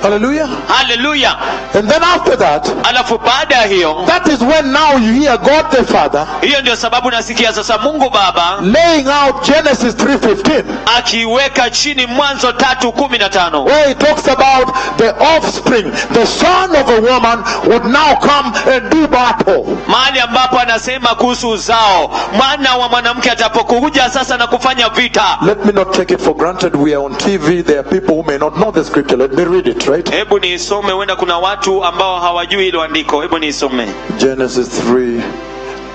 Hallelujah. haleluya And then after that, alafu baada ya hiyo that is when now you hear God the Father hiyo ndio sababu nasikia sasa mungu baba laying out Genesis 3:15, akiweka chini mwanzo tatu kumi na tano where he talks about the offspring, the son of a woman would now come and do battle. mahali ambapo anasema kuhusu uzao mwana wa mwanamke atapokuja sasa na kufanya vita Let me not take it for granted. We are on TV. There are people who may not know the scripture. Let me read it, right? hebu niisome huenda kuna watu ambao hawajui hilo andiko hebu niisome Genesis 3.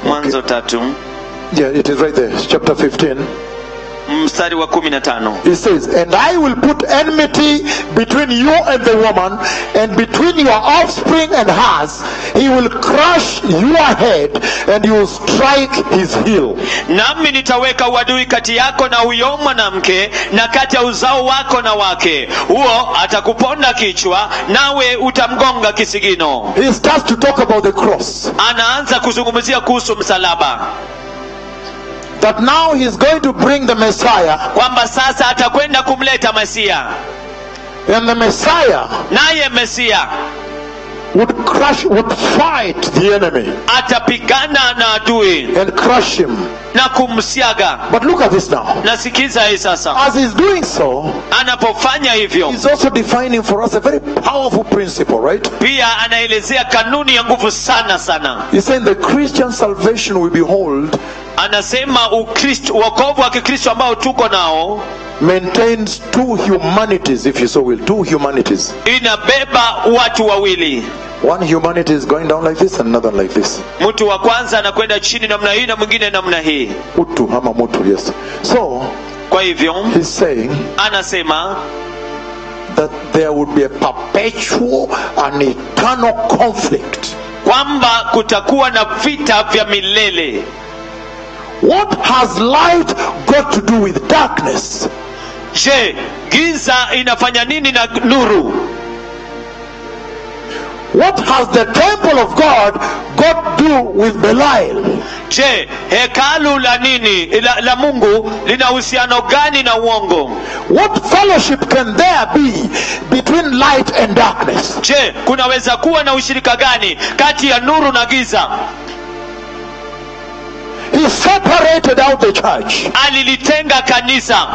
mwanzo tatu Yeah, it is right there. It's Chapter 15. mstari wa kumi na tano He says, And I will put enmity between you and the woman, and between your offspring and hers. He will crush your head, and you will strike his heel. nami nitaweka uadui kati yako na huyo mwanamke na kati ya uzao wako na wake huo atakuponda kichwa nawe utamgonga kisigino He starts to talk about the cross. anaanza kuzungumzia kuhusu msalaba That now he's going to bring the Messiah, kwamba sasa atakwenda kumleta mesia and the Messiah naye mesia would crush, would fight the enemy, atapigana na adui and crush him. na kumsiaga But look at this now. nasikiza hii sasa As he's doing so, anapofanya hivyo he's also defining for us a very powerful principle, right? pia anaelezea kanuni ya nguvu sana sana He's saying the Christian salvation we behold anasema ukristo wokovu wa kikristo ambao tuko nao maintains two humanities, if you so will, two humanities. inabeba watu wawili One humanity is going down like this, another like this. mtu wa kwanza anakwenda chini namna hii na mwingine namna hii Utu ama mutu, yes. So kwa hivyo he's saying anasema that there would be a perpetual and eternal conflict. kwamba kutakuwa na vita vya milele What has light got to do with darkness? je giza inafanya nini na nuru What has the temple of God got to do with Belial? je hekalu la nini la, la mungu lina uhusiano gani na uongo What fellowship can there be between light and darkness? je kunaweza kuwa na ushirika gani kati ya nuru na giza He separated out the church. alilitenga kanisa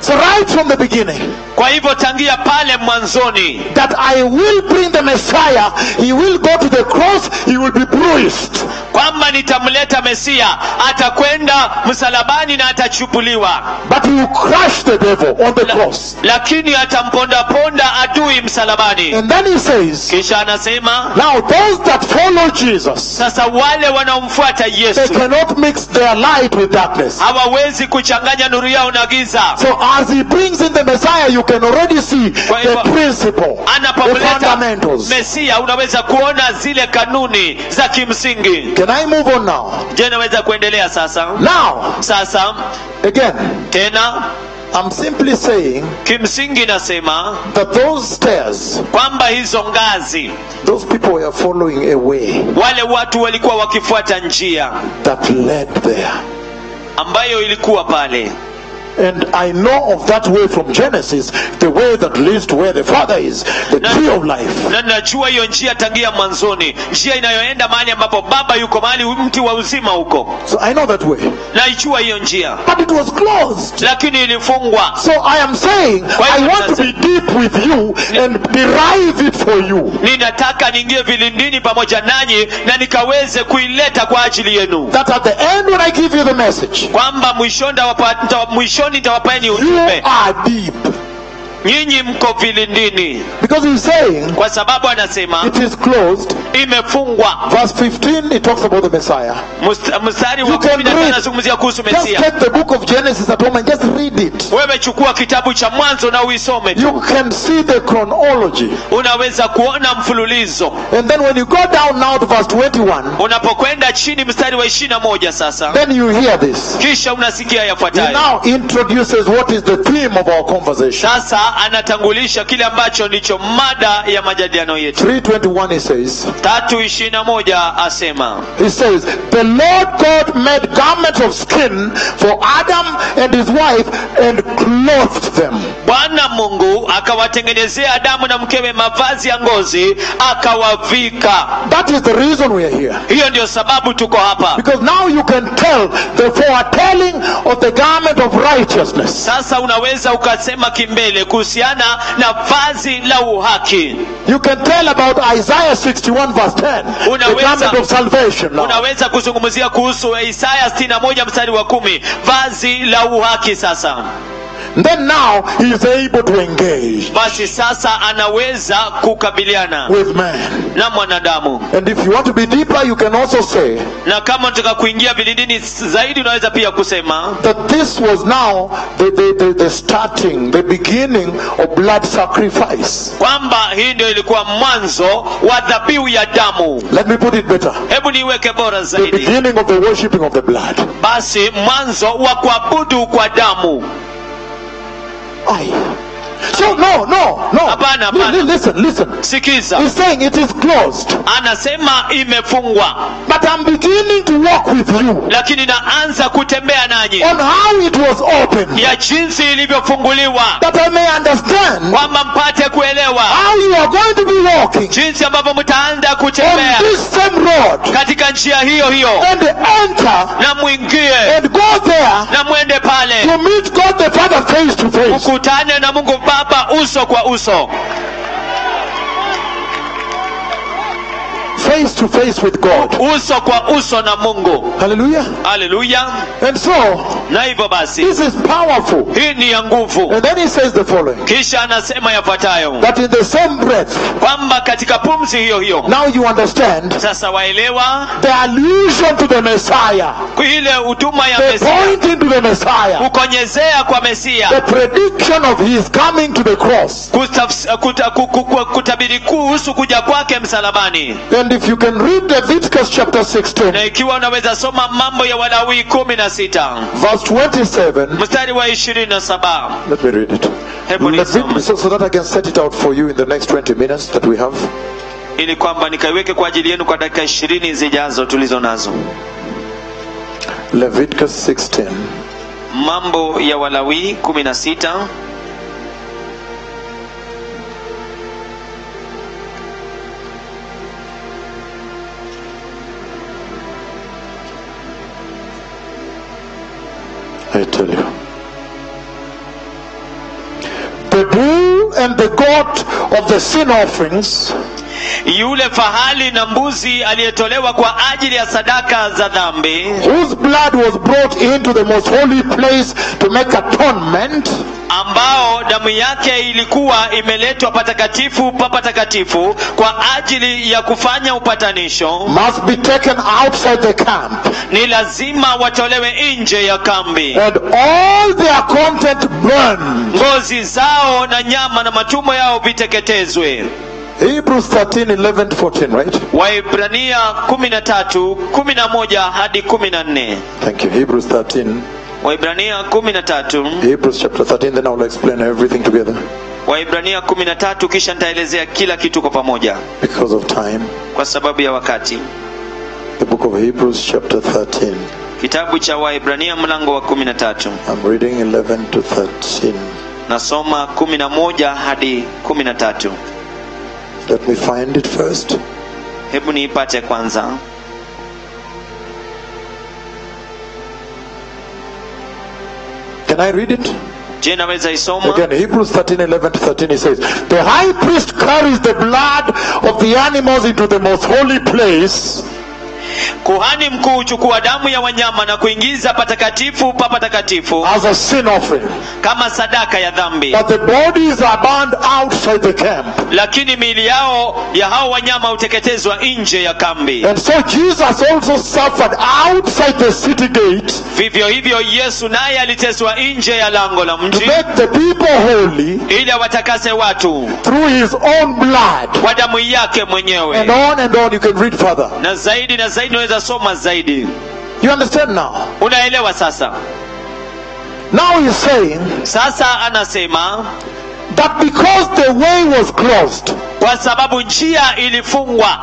So right from the beginning, kwa hivyo tangia pale mwanzoni that I will bring the Messiah. He will go to the cross. He will be bruised. kwamba nitamleta mesia atakwenda msalabani na atachupuliwa But he will crush the devil on the cross. lakini atampondaponda adui msalabani And then he says, kisha anasema Now those that follow Jesus, sasa wale wanaomfuata they yesu cannot mix their light with darkness. hawawezi kuchanganya nuru yao na giza So as he brings in the Messiah, you can already see the principle, the anapomleta fundamentals. mesia unaweza kuona zile kanuni za kimsingi Can I move on now? je naweza kuendelea sasa Now, sasa again, tena I'm simply saying kimsingi nasema that those stairs, kwamba hizo ngazi those people were following a way wale watu walikuwa wakifuata njia that led there. ambayo ilikuwa pale And I know of that way from Genesis, the way that leads to where the Father is, the No. tree of life. na najua hiyo njia tangia mwanzoni njia inayoenda mahali ambapo baba yuko mahali mti wa uzima huko So I know that way. naijua hiyo njia But it was closed. lakini ilifungwa So I am saying, I hiyo want to be deep with you and derive it for you. ninataka niingie vilindini pamoja nanyi na nikaweze kuileta kwa ajili yenu That at the end, when I give you the message, kwamba mwishoni nitawapa- nitawa- mwishoni nitawapeni you ujumbe are deep. nyinyi mko vilindini Because he's saying, kwa sababu anasema it is closed. imefungwa Verse 15, it talks about the Messiah. Must- mstari wa You can kumi na tano read. anazungumzia kuhusu Just mesia take the book of Genesis at home and just read it. wewe chukua kitabu cha mwanzo na uisome tu You can see the chronology. unaweza kuona mfululizo And then when you go down now to verse 21, unapokwenda chini mstari wa ishiri na moja sasa Then you hear this. kisha unasikia He yafuatayo now introduces what is the theme of our conversation. sasa anatangulisha kile ambacho ndicho mada ya majadiliano yetu 321 he says, tatu ishiri na moja asema he says, the Lord God made garments of skin for Adam and his wife and clothed them. bwana Mungu akawatengenezea Adamu na mkewe mavazi ya ngozi akawavika. That is the reason we are here. Hiyo ndiyo sababu tuko hapa. Because now you can tell the foretelling of the garment of righteousness. Sasa unaweza ukasema kimbele kuhusiana na vazi la uhaki. You can tell about Isaiah 61 verse 10, the Unaweza- garment of salvation. Now. Unaweza kuzungumzia kuhusu eh, Isaya 61 mstari wa kumi, vazi la uhaki. Sasa Then now he is able to engage basi, sasa anaweza kukabiliana with man. na mwanadamu, And if you want to be deeper, you can also say na kama unataka kuingia vilindini zaidi, unaweza pia kusema that this was now the, the, the, the starting, the beginning of blood sacrifice. kwamba hii ndio ilikuwa mwanzo wa dhabihu ya damu. Let me put it better. Hebu niiweke bora The zaidi, beginning of the worshipping of the blood. basi mwanzo wa kuabudu kwa damu. Aye. So no, no, no. Hapana, Li- li- hapana. Listen, listen. Sikiza, He's saying it is closed, anasema imefungwa, but I'm beginning to walk with you on lakini naanza kutembea nanyi how it was opened, ya jinsi ilivyofunguliwa, that I may understand kwamba mpate kuelewa how you are going to be walking jinsi ambavyo mtaanza kutembea on this same road katika njia hiyo hiyo, and enter na mwingie and go there na mwende pale, to meet God the Father face to face. mkutane na Mungu Baba uso kwa uso, Face to face with God. uso kwa uso na Mungu. Hallelujah. Haleluya! And so, Na hivyo basi, this is powerful. hii ni ya nguvu. And then he says the following Kisha anasema yafuatayo that in the same breath, kwamba katika pumzi hiyo hiyo now you understand sasa waelewa the allusion to the Messiah. ile huduma ya the Mesia, pointing to the Messiah, kukonyezea kwa the Mesia, prediction of his coming to the cross. kutafs- kuta- ku- ku- ku- kutabiri kuhusu kuja kwake msalabani. And if you can read Leviticus chapter 16, Na ikiwa unaweza soma Mambo ya Walawi kumi na sita verse 27, mstari wa ishirini na saba let me read it. Hebu nisome. Levit- so, so that I can set it out for you in the next 20 minutes that we have. ili kwamba nikaiweke kwa ajili yenu kwa dakika ishirini zijazo tulizo nazo. Leviticus 16, Mambo ya Walawi kumi na sita I tell you. The bull and the goat of the sin offerings yule fahali na mbuzi aliyetolewa kwa ajili ya sadaka za dhambi whose blood was brought into the most holy place to make atonement ambao damu yake ilikuwa imeletwa patakatifu pa patakatifu kwa ajili ya kufanya upatanisho must be taken outside the camp, ni lazima watolewe nje ya kambi and all their content burned. ngozi zao na nyama na matumbo yao viteketezwe Hebrews 13, 11 to 14, right? waibrania 13 11 hadi 14 Thank you. Hebrews 13, waibrania 13 Hebrews chapter 13, then I will explain everything together waibrania 13 kisha nitaelezea kila kitu kwa pamoja because of time. kwa sababu ya wakati The book of Hebrews chapter 13. kitabu cha waibrania mlango wa 13 I'm reading 11 to 13. nasoma 11 hadi 13 Let me find it first. hebu niipate kwanza Can I read it? je naweza isoma Again, Hebrews 13, 11 to 13, he says, The high priest carries the blood of the animals into the most holy place. kuhani mkuu huchukua damu ya wanyama na kuingiza patakatifu pa patakatifu as a sin offering, kama sadaka ya dhambi but the bodies are bound outside the camp. lakini miili yao ya hao wanyama huteketezwa nje ya kambi And so Jesus also suffered outside the city gate vivyo hivyo yesu naye aliteswa nje ya lango la to mji make the people holy ili awatakase watu through his own blood. kwa damu yake And mwenyewe on and on, you can read further. na zaidi na zaidi unaweza soma zaidi You understand now? unaelewa sasa Now he's saying sasa anasema that because the way was closed, kwa sababu njia ilifungwa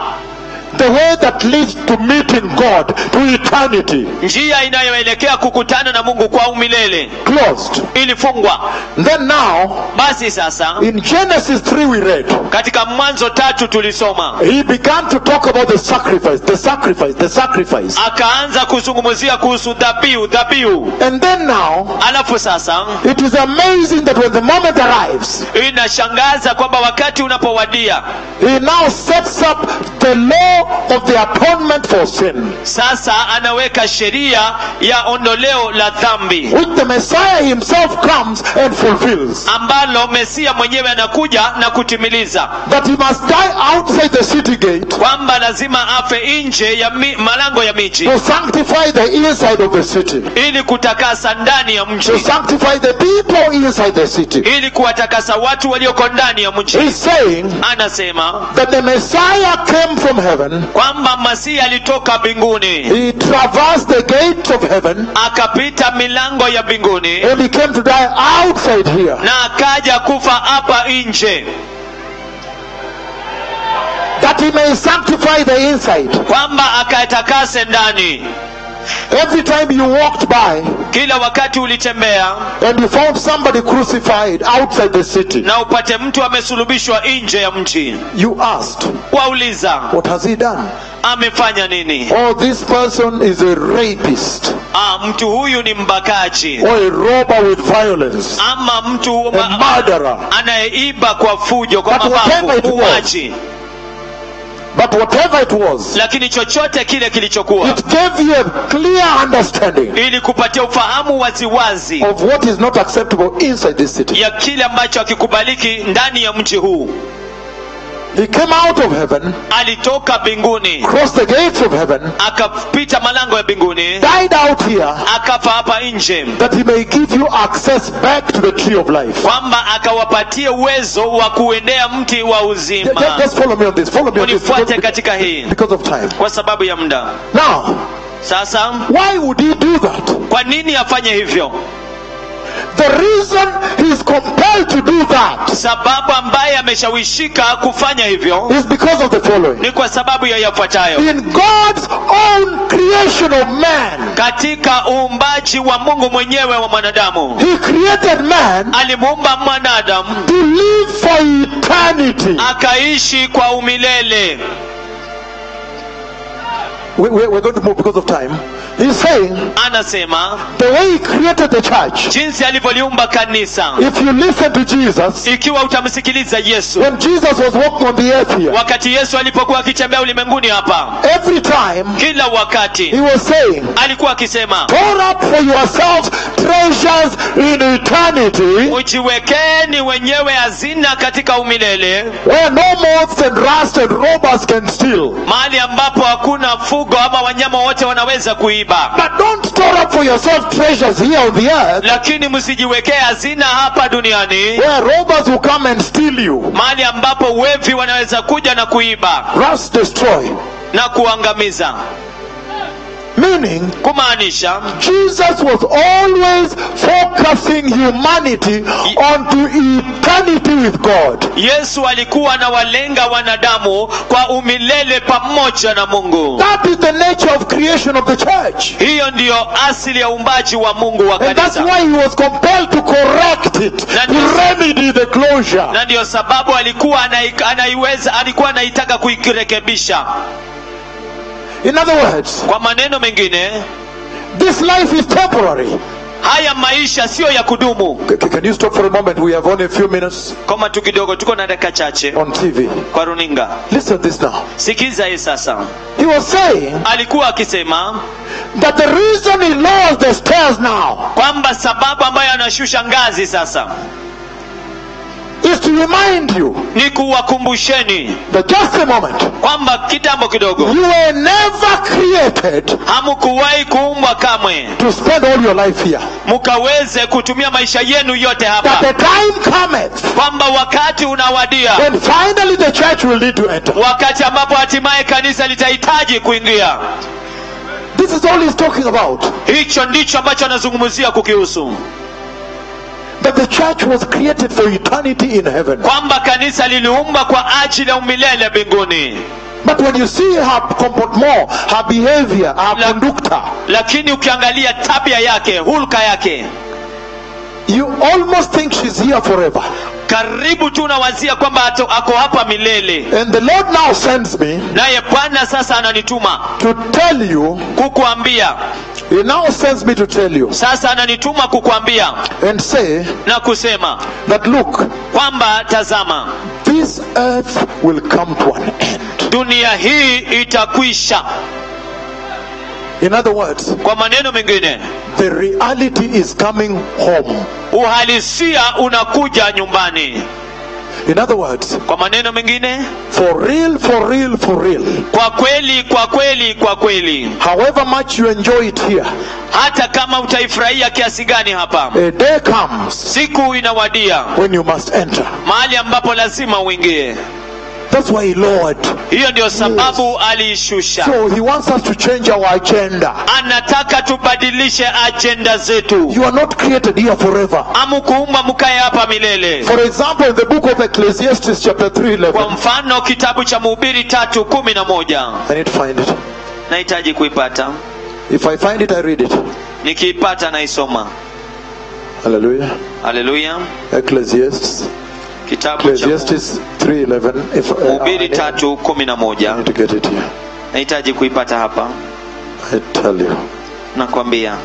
the way that leads to meeting God to eternity. njia inayoelekea kukutana na mungu kwao milele Closed. ilifungwa Then now, basi sasa in Genesis 3, we read, katika mwanzo tatu tulisoma he began to talk about the sacrifice, the sacrifice, the sacrifice. akaanza kuzungumzia kuhusu dhabihu dhabihu And then now, alafu sasa it is amazing that when the moment arrives, inashangaza kwamba wakati unapowadia he now sets up the law of the atonement for sin, sasa anaweka sheria ya ondoleo la dhambi which the Messiah himself comes and fulfills. ambalo mesia mwenyewe anakuja na kutimiliza That he must die outside the city gate kwamba lazima afe nje ya mi, malango ya miji to sanctify the inside of the city, ili kutakasa ndani ya mji to sanctify the people inside the city. ili kuwatakasa watu walioko ndani ya mji He's saying anasema that the Messiah came from heaven, kwamba masihi alitoka mbinguni he traversed the gates of heaven, akapita milango ya mbinguni and he came to die outside here. na akaja kufa hapa nje that he may sanctify the inside. kwamba akatakase ndani Every time you walked by kila wakati ulitembea and you found somebody crucified outside the city, na upate mtu amesulubishwa nje ya mji you asked, wauliza What has he done? amefanya nini Oh, this person is a rapist ah, mtu huyu ni mbakaji or a robber with violence. ama mtu A murderer. anayeiba kwa fujo kwa But whatever it mabavu was. uwaji But whatever it was, lakini chochote kile kilichokuwa it gave you a clear understanding ili kupatia ufahamu waziwazi of what is not acceptable inside this city. ya kile ambacho akikubaliki ndani ya mji huu He came out of heaven, alitoka mbinguni crossed the gates of heaven, akapita malango ya mbinguni died out here, akafa hapa nje that he may give you access back to the tree of life. kwamba akawapatie uwezo wa kuendea mti wa Ju- ju- uzima Just follow me on this. Follow me on this. unifuate Because, katika hii because of time. kwa sababu ya muda Now, sasa why would he do that? kwa nini afanye hivyo The reason he's compelled to do that sababu ambaye ameshawishika kufanya hivyo is because of the following. ni kwa sababu ya yafuatayo In God's own creation of man, katika uumbaji wa mungu mwenyewe wa mwanadamu he created man alimuumba mwanadamu to live for eternity. akaishi kwa umilele We, we, we're going to move because of time. He's saying anasema the way he created the church, jinsi alivyoliumba kanisa if you listen to Jesus, ikiwa utamsikiliza yesu when Jesus was walking on the earth here, wakati yesu alipokuwa akitembea ulimwenguni hapa every time kila he wakati was saying, alikuwa akisema Store up for yourselves treasures in eternity ujiwekeni wenyewe hazina katika umilele where no moths and rust and robbers can steal. mahali ambapo hakuna fugo ama wanyama wote wanaweza kuiba But don't store up for yourself treasures here on the earth lakini msijiwekee hazina hapa duniani where robbers will come and steal you, mahali ambapo wevi wanaweza kuja na kuiba rust destroy. na kuangamiza Meaning, kumaanisha Jesus was always focusing humanity onto eternity with God. yesu alikuwa anawalenga wanadamu kwa umilele pamoja na mungu That is the nature of creation of the church. hiyo ndiyo asili ya uumbaji wa mungu wa And that's kanisa why he was compelled to correct it, to remedy the closure. na ndiyo sababu alikuwa anai, anaiweza alikuwa anaitaka kuirekebisha In other words, kwa maneno mengine this life is temporary. haya maisha siyo ya kudumu C- c- can you stop for a moment? We have only a few minutes koma tu kidogo tuko na dakika chache on TV. kwa runinga Listen to this now. sikiza hii sasa He was saying alikuwa akisema that the reason he lowers the stairs now kwamba sababu ambayo anashusha ngazi sasa is to remind you ni kuwakumbusheni that just a moment, kwamba kitambo kidogo you were never created hamukuwahi kuumbwa kamwe to spend all your life here. mukaweze kutumia maisha yenu yote That hapa the time cometh kwamba wakati unawadia when finally the church will need to enter. wakati ambapo hatimaye kanisa litahitaji kuingia This is all he's talking about. hicho ndicho ambacho anazungumzia kukihusu That the church was created for eternity in heaven. kwamba kanisa liliumba kwa ajili ya umilele mbinguni But when you see her comport more, her behavior, her La- conducta, lakini ukiangalia tabia yake hulka yake you almost think she's here forever. karibu tu unawazia kwamba ato- ako hapa milele And the Lord now sends me naye bwana sasa ananituma to tell you, kukuambia He now sends me to tell you sasa ananituma kukuambia and say na kusema that look, kwamba tazama this earth will come to an end. dunia hii itakwisha In other words, kwa maneno mengine the reality is coming home. uhalisia unakuja nyumbani In other words, kwa maneno mengine for real, for real, for real. kwa kweli kwa kweli kwa kweli However much you enjoy it here, hata kama utaifurahia kiasi gani hapa a day comes siku inawadia when you must enter. mahali ambapo lazima uingie That's why he lowered. hiyo ndio sababu aliishusha So he wants us to change our agenda. anataka tubadilishe ajenda zetu You are not created here forever. amukuumba mkae hapa milele For example, in the book of Ecclesiastes, chapter 3, kwa 11, mfano kitabu cha mhubiri tatu kumi na moja I need to find it. nahitaji kuipata If I find it, I read it. nikiipata naisoma Hallelujah. haleluya Ecclesiastes, kitabu cha Ecclesiastes 3:11. If uh, I, mhubiri need, I tatu kumi na moja need to get it here, nahitaji kuipata hapa I tell you. nakwambia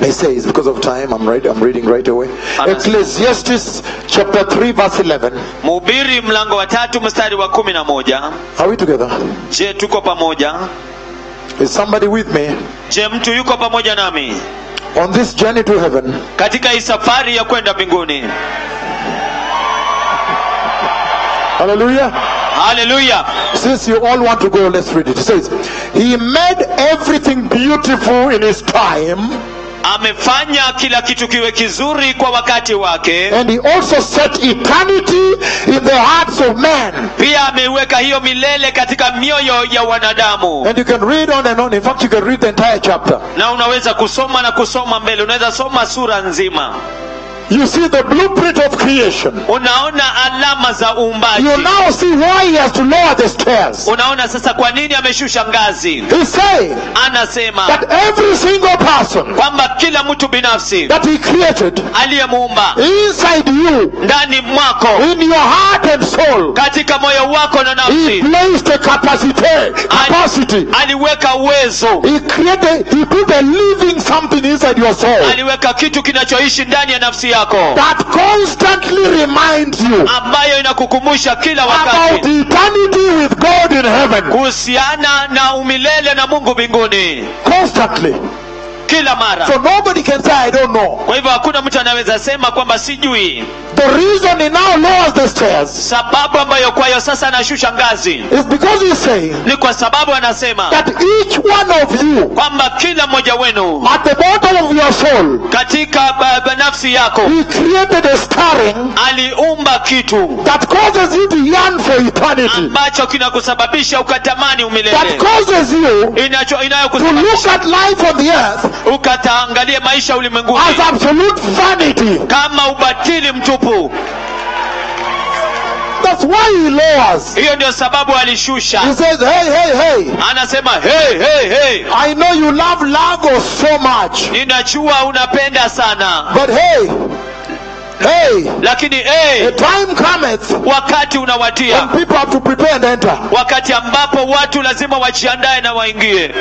He says, because of time, I'm right. I'm reading right away. Amen. Ecclesiastes chapter three, verse eleven. mhubiri mlango wa tatu mstari wa kumi na moja Are we together? je tuko pamoja Is somebody with me je mtu yuko pamoja nami on this journey to heaven? katika hii safari ya kwenda mbinguni Hallelujah. haleluya Since you all want to go, let's read it. It says, He made everything beautiful in His time, amefanya kila kitu kiwe kizuri kwa wakati wake and He also set eternity in the hearts of men. pia ameiweka hiyo milele katika mioyo ya wanadamu And you can read on and on. In fact, you can read the entire chapter. na unaweza kusoma na kusoma mbele unaweza soma sura nzima You see the blueprint of creation. unaona alama za uumbaji You now see why He has to lower the stairs. unaona sasa kwa nini ameshusha ngazi He's saying, anasema that every single person kwamba kila mtu binafsi that he created aliyemuumba inside you, ndani mwako in your heart and soul, katika moyo wako na he nafsi placed a capacity. Capacity. aliweka uwezo He created. He put a living something inside your soul aliweka kitu kinachoishi ndani ya nafsi yako that constantly reminds you ambayo inakukumbusha kila about wakati eternity with God in heaven. kuhusiana na umilele na mungu mbinguni Constantly. kila mara So nobody can say I don't know. kwa hivyo hakuna mtu anaweza sema kwamba sijui The reason he now lowers the stairs sababu ambayo kwayo sasa anashusha ngazi is because he's saying ni kwa sababu anasema that each one of you kwamba kila mmoja wenu at the bottom of your soul katika ba- ba- nafsi yako He created a stirring aliumba kitu that causes you to yearn for eternity. ambacho kinakusababisha ukatamani That umilele causes you Inacho- to look inayokusababisha at life on the earth ukataangalie maisha ulimwenguni as absolute vanity. kama ubatili mtupu That's why he lowers. hiyo ndio sababu He alishusha says, Hey, hey, hey, anasema hey, hey, hey. I know you love Lagos so much, ninajua unapenda sana but hey, hey, lakini hey, a time cometh wakati unawatia when people have to prepare and enter. wakati ambapo watu lazima wajiandae na waingie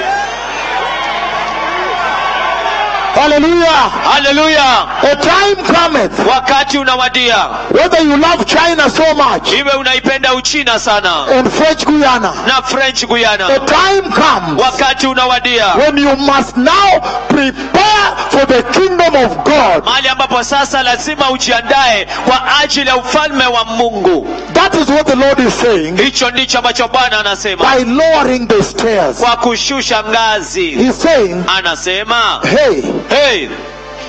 Hallelujah. haleluya A time cometh wakati unawadia whether you love China so much iwe unaipenda uchina sana and French Guyana. na french A guyana time comes wakati unawadia when you must now prepare for the kingdom of God. mahali ambapo sasa lazima ujiandae kwa ajili ya ufalme wa mungu That is what the Lord is saying hicho ndicho ambacho bwana anasema by lowering the stairs. kwa kushusha ngazi He's saying, anasema Hey, hey,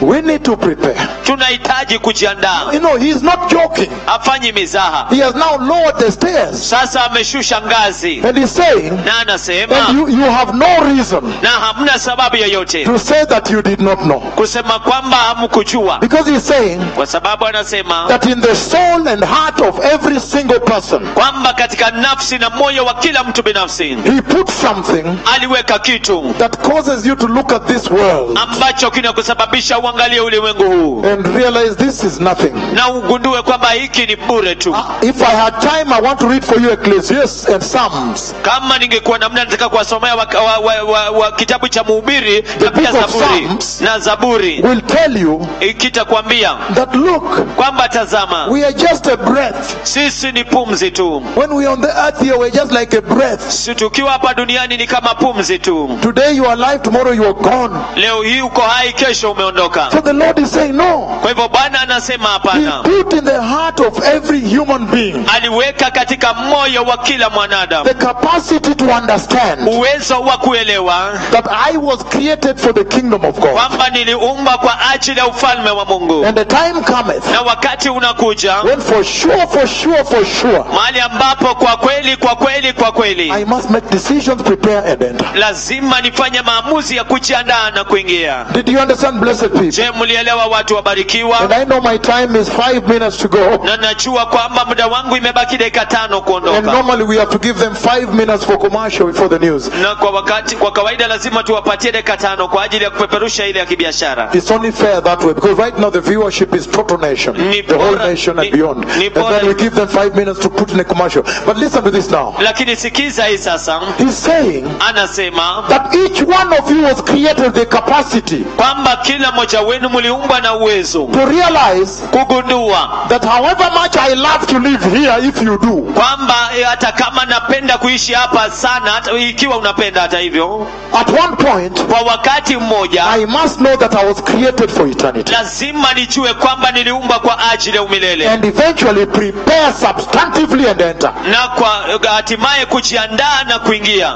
We need to prepare. tunahitaji kujiandaa You know, he's not joking. hafanyi mizaha He has now lowered the stairs sasa ameshusha ngazi and he's saying, na anasema and you, you have no reason na hamna sababu yoyote to say that you did not know. kusema kwamba hamkujua Because he's saying kwa sababu anasema that in the soul and heart of every single person, kwamba katika nafsi na moyo wa kila mtu binafsi he put something aliweka kitu that causes you to look at this world ambacho kinakusababisha uangalie ulimwengu huu and realize this is nothing. na ugundue kwamba hiki ni bure tu If I had time, I want to read for you Ecclesiastes and Psalms, kama ningekuwa namna nataka kuwasomea wa, wa, wa, wa, wa, kitabu cha mhubiri na pia book of zaburi Psalms. na zaburi will tell you ikitakwambia that look, kwamba tazama we are just a breath. sisi ni pumzi tu When we're on the earth here, we're just like a breath. Si tukiwa hapa duniani ni kama pumzi tu Today you are alive, tomorrow you are gone. leo hii uko hai kesho So umeondoka the Lord is saying, No. kwa hivyo bwana anasema He hapana put in the heart of every human being aliweka katika moyo wa kila mwanadamu the capacity to understand uwezo wa kuelewa that I was created for the kingdom of God. kwamba niliumba kwa ajili ya ufalme wa mungu And the time cometh na wakati unakuja when for sure, for sure, for sure, mahali ambapo kwa kweli kwa kweli kwa kweli I must make decisions, prepare, and enter. lazima nifanye maamuzi ya kujiandaa na kuingia Did you understand, blessed people? je mlielewa And watu wabarikiwa I know my time is five minutes to go. na najua kwamba muda wangu imebaki dakika tano And kuondoka normally we have to give them five minutes for commercial, for the news. na kwa wakati kwa kawaida lazima tuwapatie dakika tano kwa ajili ya kupeperusha ile ya kibiashara It's only fair that way because right now the viewership is total nation, Ni the whole bora- nation and ni- beyond. ni And bora- then we give them five minutes to put in a commercial. But listen to this now. lakini sikiza hii sasa He's saying anasema that each one of you was created the capacity kwamba kila mmoja wenu mliumbwa na uwezo to realize kugundua that however much I love to live here, if you do, kwamba eh, hata kama napenda kuishi hapa sana hata ikiwa unapenda hata hivyo at one point kwa wakati mmoja I must know that I was created for eternity lazima nijue kwamba niliumbwa kwa ajili ya umilele and eventually prepare substantively and enter. na kwa eh, hatimaye kujiandaa na kuingia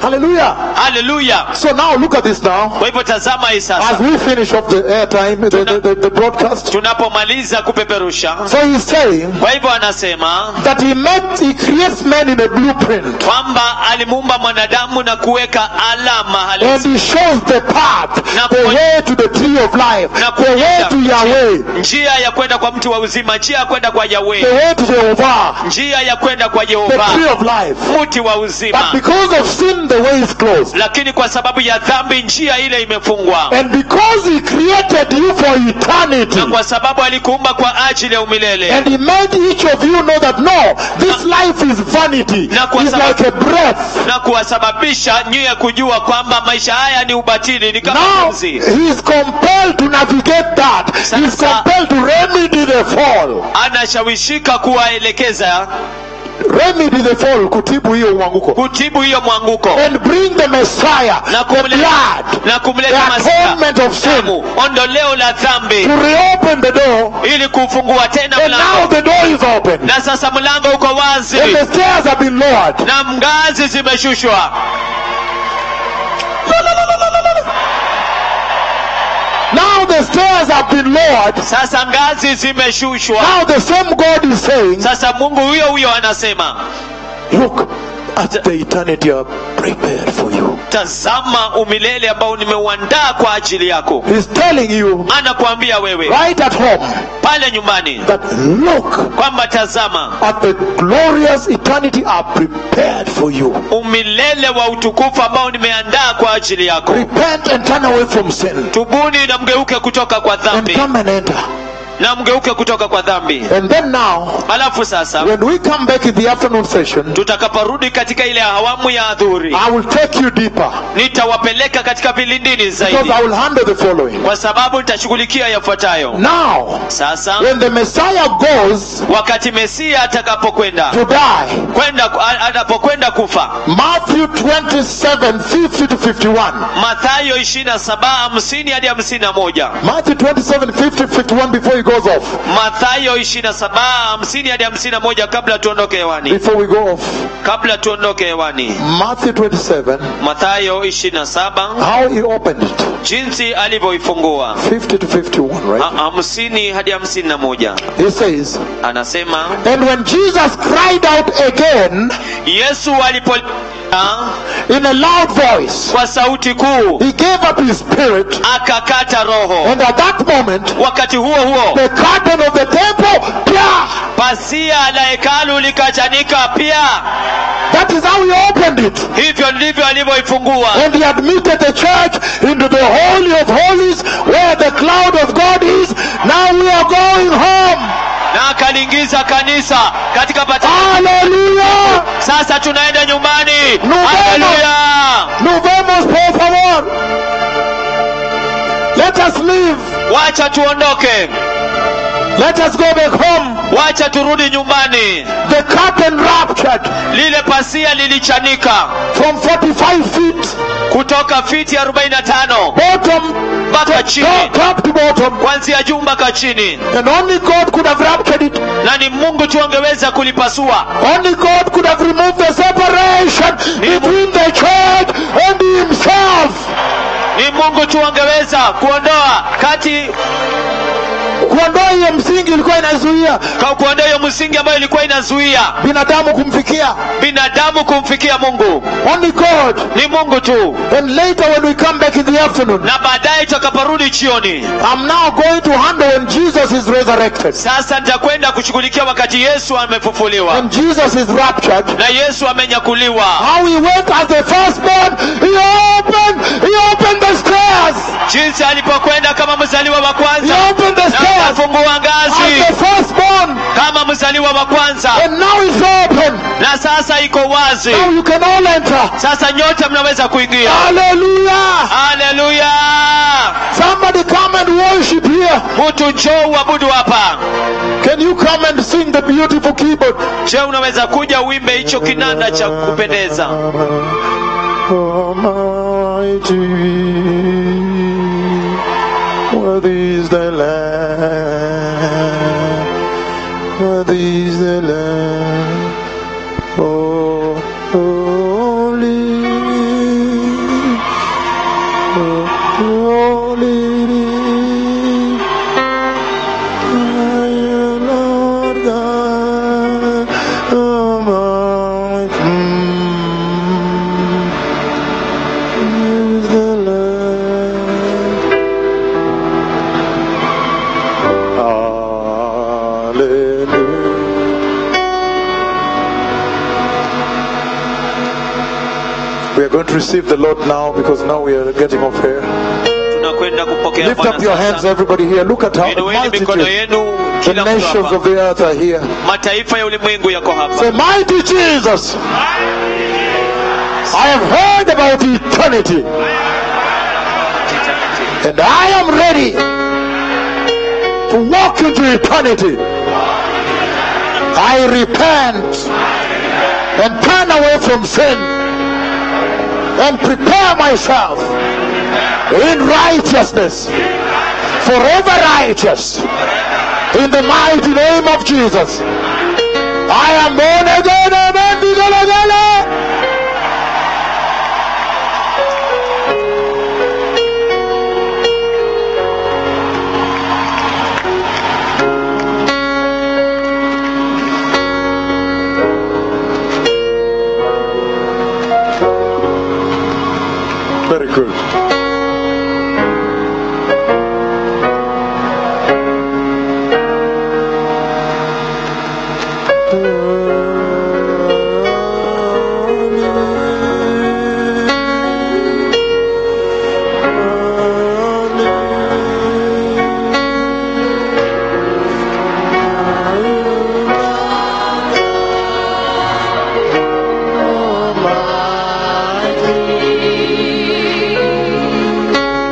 Hallelujah. haleluya So now look at this now. kwa hivyo tazama hii As sasa we finish off the airtime, the, the, the, the broadcast. tunapomaliza kupeperusha So he's saying kwa hivyo anasema that he met, he creates man in a blueprint kwamba alimuumba mwanadamu na kuweka alama and halisi he shows the path, Na the kuonyesha- way to the tree of life, Na the way kuonyesha- to Yahweh, njia ya kwenda kwa mtu wa uzima njia ya kwenda kwa the yawe way to Jehovah, njia ya kwenda kwa the yehova tree of life. mti wa But uzima because of sin, the way is closed. lakini kwa sababu ya dhambi njia ile imefungwa And because he created you for na eternity, kwa sababu alikuumba kwa ajili ya umilele and he made each of you know that no, this life is vanity. Na kwa It's sababu- like a breath. na kuwasababisha nyiye kujua kwamba maisha haya ni ubatili ni kama Now pumzi he is compelled to navigate that. He is Sasa- compelled to remedy the fall. anashawishika kuwaelekeza remedy the fall kutibu hiyo mwanguko kutibu hiyo mwanguko and bring the messiah na the kumleta blood na the kumleta masika atonement of sin damu, ondoleo la dhambi to reopen the door ili kufungua tena and now mlango the door is open na sasa mlango uko wazi and the stairs have been lowered na ngazi zimeshushwa now the stairs have been lowered sasa ngazi zimeshushwa now the same god is saying sasa mungu huyo huyo anasema look at the eternity I prepared for you tazama umilele ambao nimeuandaa kwa ajili yako he's telling you anakuambia wewe right at home pale nyumbani that look kwamba tazama at the glorious eternity I prepared for you umilele wa utukufu ambao nimeandaa kwa ajili yako repent and turn away from sin tubuni na mgeuke kutoka kwa and dhambi come and enter. na mgeuke kutoka kwa dhambi And then now, alafu sasa when we come back in the afternoon session, tutakaporudi katika ile awamu ya adhuri I will take you deeper nitawapeleka katika vilindini because zaidi I will handle the following. kwa sababu nitashughulikia yafuatayo Now, sasa when the Messiah goes wakati mesia atakapokwenda to die, kwenda ku- a- anapokwenda kufa Matthew 27 50 to 51. mathayo 27 50 hadi 51 Matthew 27 50 51, before you go goes off. mathayo 27:50 hadi 51 kabla tuondoke hewani Before we go off, kabla tuondoke hewani Matthew 27, mathayo 27 how he opened it, jinsi alivyoifungua 50 to 51, right? Ha- hamsini hadi hamsini na moja He says, anasema And when Jesus cried out again yesu alipo ha? in a loud voice, kwa sauti kuu he gave up his spirit, akakata roho and at that moment, wakati huo huo the curtain of the temple tear. pasia la hekalu likachanika pia That is how he opened it. hivyo ndivyo alivyoifungua And he admitted the church into the holy of holies where the cloud of God is. Now we are going home. na akaliingiza kanisa katika Ah! pata Hallelujah. sasa tunaenda nyumbani Nung'ana. haleluya Nos vemos, por favor. Let us leave. wacha tuondoke Let us go back home. wacha turudi nyumbani The curtain ruptured lile pasia lilichanika from 45 feet, kutoka fiti 45 bottom, mpaka chini top, top to bottom. kuanzia juu mpaka chini And only God could have ruptured it. na ni mungu tu angeweza kulipasua Only God could have removed the separation between the church and Himself. ni mungu tu angeweza kuondoa kati Kuondoa hiyo msingi ilikuwa inazuia ka kuondoa hiyo msingi ambayo ilikuwa inazuia binadamu kumfikia. binadamu kumfikia mungu Only God. ni mungu tu And later when we come back in the afternoon, na baadaye tutakaporudi jioni I'm now going to handle when Jesus is resurrected. sasa nitakwenda kushughulikia wakati yesu amefufuliwa When Jesus is raptured, na yesu amenyakuliwa how he went as the firstborn, he opened, he opened the stairs. jinsi alipokwenda kama mzaliwa wa He kwanza opened the na stairs akafungua as ngazi the firstborn. kama mzaliwa wa kwanza And now it's open. na sasa iko wazi Now you can all enter. sasa nyote mnaweza kuingia Hallelujah. haleluya Somebody come and worship here. mtu njoo uabudu hapa Can you come and sing the beautiful keyboard? je unaweza kuja uimbe hicho kinanda cha kupendeza Almighty, worthy is the Lamb, worthy is the Lamb, oh, holy, oh, holy, I am Lord God Almighty. Is the Lamb. Hallelujah. We are going to receive the Lord now because now we are getting off here. tunakwenda kupokea Lift up your Bwana hands, sasa everybody here. Look at how inueni mikono multitude, yenu the kila mtu nations of hapa the earth are here. mataifa ya ulimwengu yako hapa Say, mighty Jesus, I have heard about eternity and I am ready to walk into eternity. I repent and turn away from sin and prepare myself in righteousness, forever righteous, in the mighty name of Jesus. I am born again, amen, digala, gala. Very good. Thank Oh,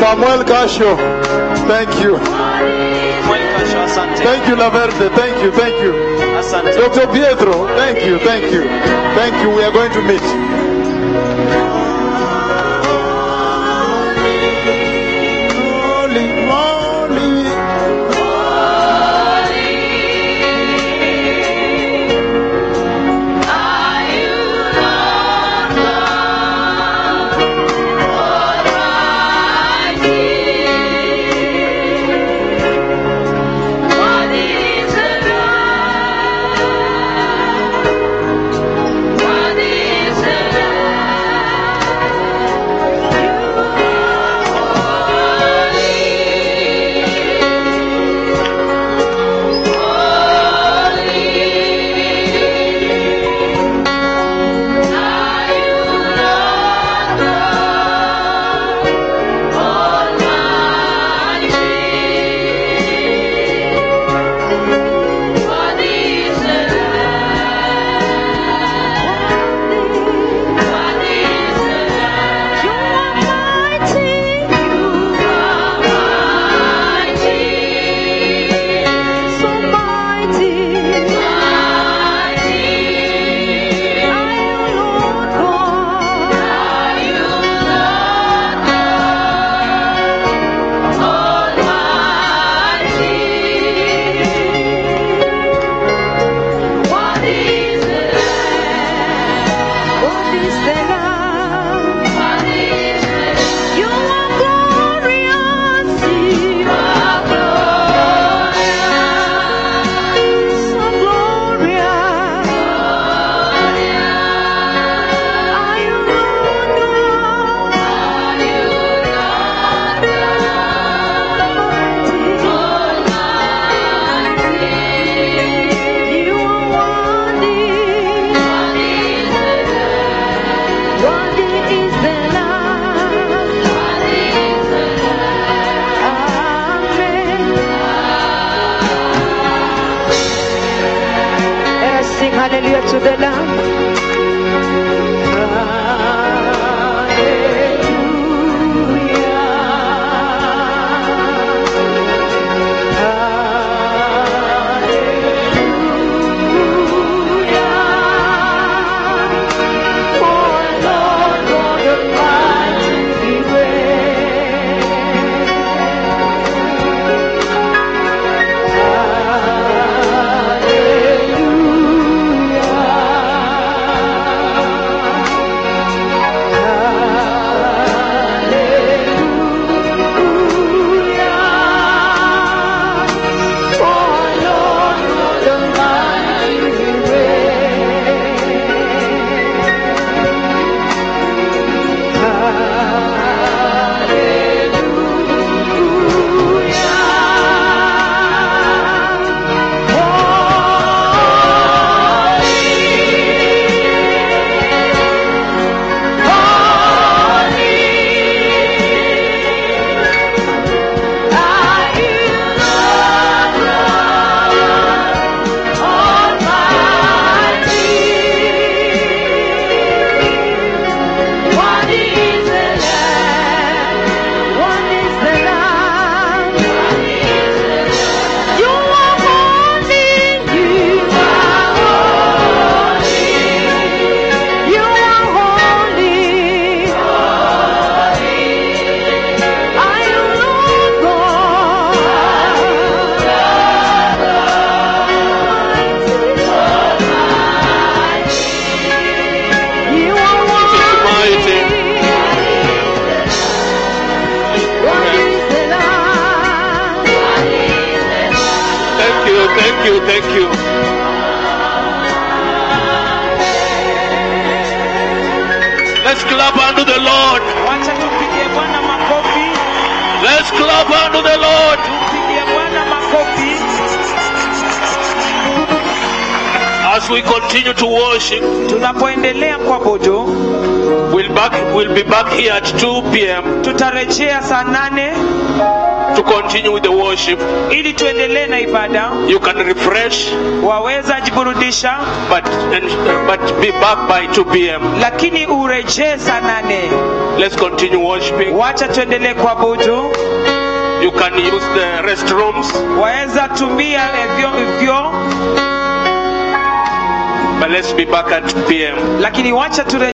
Samuel Kasho. Thank you. Mweli Kasho, asante Thank you, Laverde. Thank you. Thank you. asante Dr. Pietro. Thank you. Thank you. Thank you. We are going to meet. Holy, holy. You are glorious, you are glorious, so glorious. Are you Lord God? Are you Lord Almighty? You are worthy. Worthy is the Lamb. Amen. Let us sing hallelujah to the Lamb. Hallelujah. Hallelujah. For Lord God Almighty He reigns. One is the Lamb. One is the Lamb. You are holy. You are holy. You are holy. Are you Lord God? You are Almighty. worthy. What is the Lamb? Thank you, thank you, thank you. Let's clap unto the Lord. Wacha tupigie Bwana makofi, Let's clap unto the Lord. tupigie Bwana makofi. As we continue to worship, Tunapoendelea kuabudu, we'll back we'll be back here at 2 p.m. tutarejea saa nane to continue with the worship. ili tuendelee na ibada You can refresh, waweza jiburudisha but and, but be back by 2 p.m. lakini urejee saa nane Let's continue worshiping. wacha tuendelee kuabudu You can use the restrooms, waweza tumia eh, vyo, vyo but let's be back at 2 p.m. lakini wacha ture,